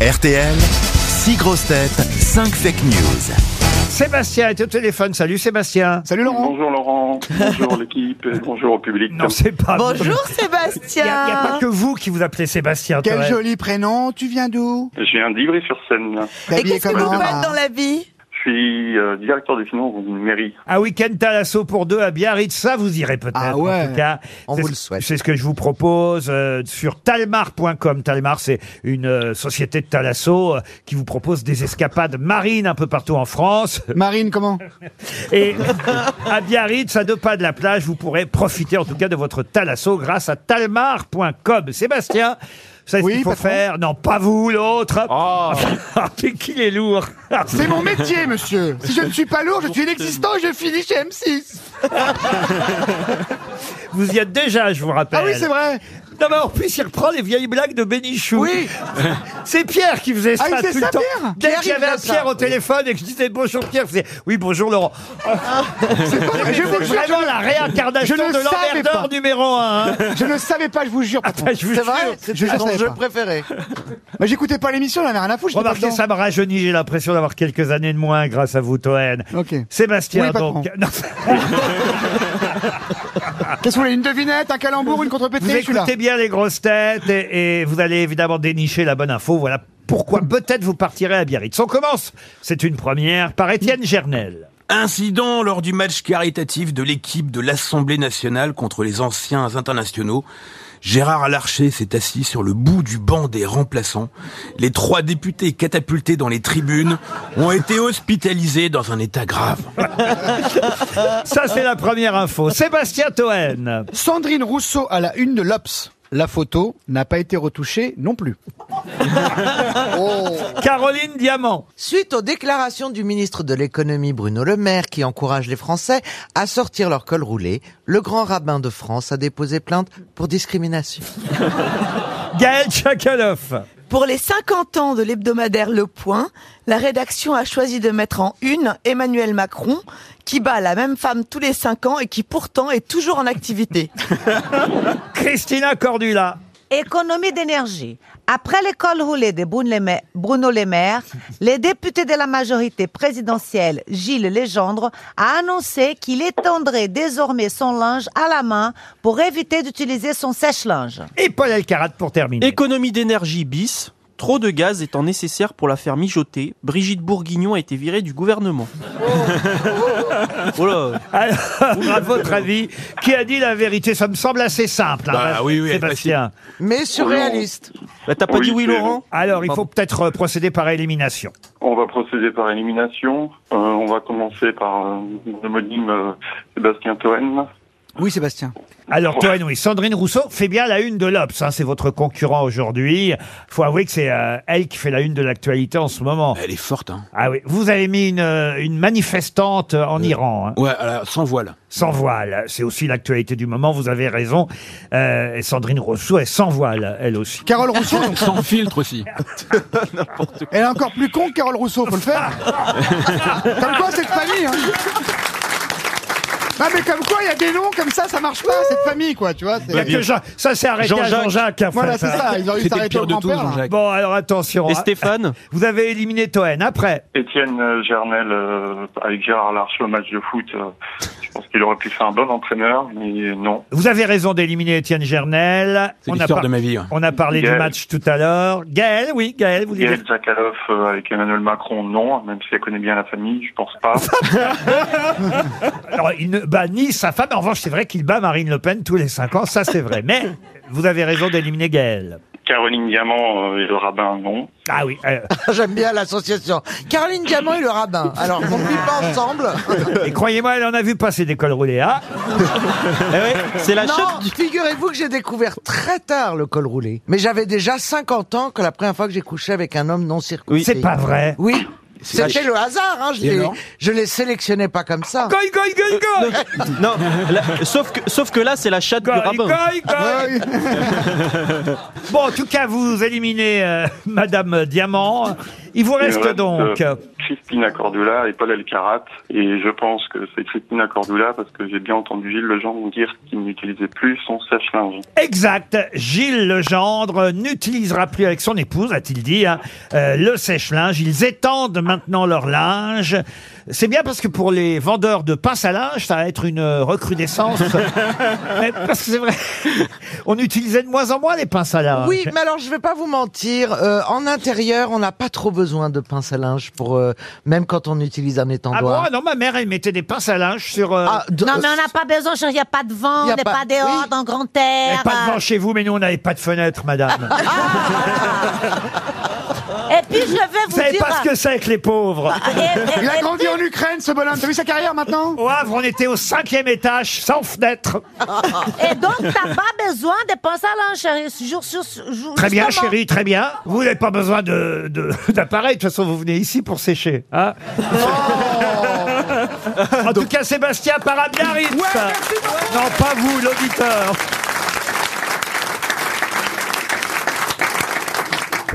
RTL, 6 grosses têtes, 5 fake news. Sébastien est au téléphone. Salut Sébastien. Salut Laurent. Bonjour Laurent, bonjour l'équipe, et bonjour au public. Non, c'est pas. vrai. Bonjour Il n'y a, il y a pas Sébastien. que vous qui vous appelez Sébastien. Quel Thorel. joli prénom. Tu viens d'où J'ai un livret sur scène. T'es Et habillé qu'est-ce que comme vous un faites rat. dans la vie Je suis euh, directeur des finances d'une mairie. Un week-end Talasso pour deux à Biarritz, ça vous irez peut-être. Ah ouais. En tout cas, On C'est vous ce- le souhaite. C'est ce que je vous propose euh, sur talmar.com. Talmar, c'est une euh, société de Talasso euh, qui vous propose des escapades marines un peu partout en France. Marine, comment Et à Biarritz, à deux pas de la plage, vous pourrez profiter en tout cas de votre Talasso grâce à talmar.com. Sébastien, ça Oui, qu'il faut patron. faire Non, pas vous, l'autre. Ah, mais qu'il est lourd. C'est mon métier, monsieur. Si je ne suis pas lourd, je suis inexistant et je finis chez M6. Vous y êtes déjà, je vous rappelle. Ah oui, c'est vrai. Non, mais en plus, il reprend les vieilles blagues de Bénichou. Oui. C'est Pierre qui faisait ça Ah, il tout faisait le ça, temps. Pierre Dès Pierre, qu'il y il avait un faisait ça. Pierre au téléphone et que je disais bonjour Pierre, il faisait oui, bonjour Laurent. C'est pas vrai. Je vous C'est jure, vraiment la réincarnation je ne de savais pas. l'emmerdeur numéro un. hein. je ne savais pas, Ah, bah, je vous jure. patron. Je vous jure. C'est vrai Je- je C'était ton savais jeu pas. préféré. Mais Bah, j'écoutais pas l'émission, j'en ai rien à foutre. j'étais pas Remarquez, dedans. ça me rajeunit. J'ai l'impression d'avoir quelques années de moins grâce à vous, Toen. Ok. Sébastien, Oui, patron. donc. Non, Qu'est-ce que vous voulez Une devinette, un calembour, une vous contrepétée, je suis là. écoutez bien les grosses têtes et, et vous allez évidemment dénicher la bonne info. Voilà pourquoi peut-être vous partirez à Biarritz. On commence. C'est une première par Étienne Gernel. Incident lors du match caritatif de l'équipe de l'Assemblée nationale contre les anciens internationaux. Gérard Larcher s'est assis sur le bout du banc des remplaçants. Les trois députés catapultés dans les tribunes ont été hospitalisés dans un état grave. Ça, c'est la première info. Sébastien Toen. Sandrine Rousseau à la une de l'Obs. La photo n'a pas été retouchée non plus. Caroline Diamant. Suite aux déclarations du ministre de l'économie Bruno Le Maire qui encourage les Français à sortir leur col roulé, le grand rabbin de France a déposé plainte pour discrimination. Gaël Tchakaloff. Pour les 50 ans de l'hebdomadaire Le Point, la rédaction a choisi de mettre en une Emmanuel Macron, qui bat la même femme tous les 5 ans et qui pourtant est toujours en activité. Christina Cordula. Économie d'énergie. Après l'école roulée de Bruno Le Maire- Bruno Le Maire, le député de la majorité présidentielle, Gilles Légendre, a annoncé qu'il étendrait désormais son linge à la main pour éviter d'utiliser son sèche-linge. Et Paul Elkarat pour terminer. Économie d'énergie bis. Trop de gaz étant nécessaire pour la faire mijoter, Brigitte Bourguignon a été virée du gouvernement. Oh là, Alors, à votre avis, qui a dit la vérité Ça me semble assez simple. hein, Bah oui, oui, Sébastien. Mais surréaliste. Bah, t'as pas Oui, dit oui, c'est- Laurent Alors, il faut peut-être euh, procéder par élimination. On va procéder par élimination. Euh, on va commencer par euh, mon homonyme euh, Sébastien Toen. Oui, Sébastien. Alors, Toen, oui, Sandrine Rousseau fait bien la une de l'Obs. hein, c'est votre concurrent aujourd'hui. faut avouer que c'est euh, elle qui fait la une de l'actualité en ce moment. Elle est forte, hein. Ah oui, vous avez mis une, euh, une manifestante euh, en Iran, hein, Ouais, alors, sans voile. sans voile. C'est aussi l'actualité du moment, vous avez raison. Euh, et Sandrine Rousseau est sans voile, elle aussi. Carole Rousseau, donc. Sans filtre aussi. Elle est encore plus con que Carole Rousseau, faut le faire. comme quoi, cette famille, hein. Non, mais comme quoi, il y a des noms comme ça, ça marche pas, cette famille, quoi, tu vois. c'est- Il y a que Jean- ça s'est arrêté à Jean-Jacques. Jean-Jacques. hein, Voilà, c'est frère. ça, ils Bah, ont eu C'était s'arrêter pire au de tout, grand-père, là. Jean-Jacques. Bon, alors attention. Et Ah, Stéphane Vous avez éliminé Toen. Après, Étienne euh, Gernel euh, avec Gérard Larcher au match de foot. euh, je pense qu'il aurait pu faire un bon entraîneur, mais non. vous avez raison d'éliminer Étienne Gernel. C'est a, l'histoire par- de ma vie. hein. on a parlé du Gaël. match tout à l'heure. Gaël, oui, Gaël, vous voulez Gaël dire. Zakharov euh, avec Emmanuel Macron, non. Même si elle connaît bien la famille, je pense pas. Alors, il ne bat ni sa femme. En revanche, c'est vrai qu'il bat Marine Le Pen tous les cinq ans. Ça, c'est vrai. Mais vous avez raison d'éliminer Gaël. Caroline Diamant euh, et le rabbin, non. Ah oui. euh, J'aime bien l'association. Caroline Diamant et le rabbin. Alors, on vit pas ensemble. et croyez-moi, elle en a vu passer des cols roulés. Ah, Eh ouais, C'est la Non, chef figurez-vous que j'ai découvert très tard le col roulé. Mais j'avais déjà 50 ans que la première fois que j'ai couché avec un homme non circoncis. c'est pas vrai. Oui. C'était le hasard, hein. Je Et l'ai- alors je l'ai sélectionné pas comme ça. Goï, goï, goï, goï du- Euh, Non, la- sauf, que, sauf que là, c'est la chatte du Goï, rabbin. goï, goï. Ouais, oui. Bon, en tout cas, vous éliminez euh, Madame Diamant Il vous reste me donc, euh, euh, Christina Cordula et Paul Elkarat. Et je pense que c'est Christina Cordula parce que j'ai bien entendu Gilles Lejean dire qu'il n'utilisait plus son sèche-linge. Exact. Gilles Legendre n'utilisera plus avec son épouse, a-t-il dit, hein, euh, le sèche-linge. Ils étendent maintenant leur linge. C'est bien parce que pour les vendeurs de pince à linge, ça va être une euh, recrudescence. Mais parce que c'est vrai, on utilisait de moins en moins les pinces à linge. Oui, mais alors Ah, je vais pas vous mentir. euh, en intérieur, on n'a pas trop besoin de pince à linge pour euh, même quand on utilise un Ah bon étendoir. Ah Non, ma mère, elle mettait des pinces à linge sur... euh, Ah, de- Non, mais on n'a pas besoin, il n'y a pas de vent, on Y a n'est pas- pas, dehors, oui. dans grand Il n'y air. avait pas de euh. vent chez vous, mais nous, on n'avait pas de fenêtre, madame. Et puis, je vais Vous vous savez dire... euh, pas ce que c'est que les pauvres. Ah. et- et- Il a et grandi en Ukraine, ce bonhomme. T'as vu sa carrière maintenant Au Havre, on était au cinquième étage, sans fenêtre. Et donc, t'as pas besoin de penser à l'ange, chérie. Je jure, je jure, je- Très bien, justement. chérie, très bien. Vous n'avez pas besoin de- de- d'appareil. De, toute façon, vous venez ici pour sécher. hein. en tout cas, Sébastien Parabiaritz. non, pas vous, l'auditeur.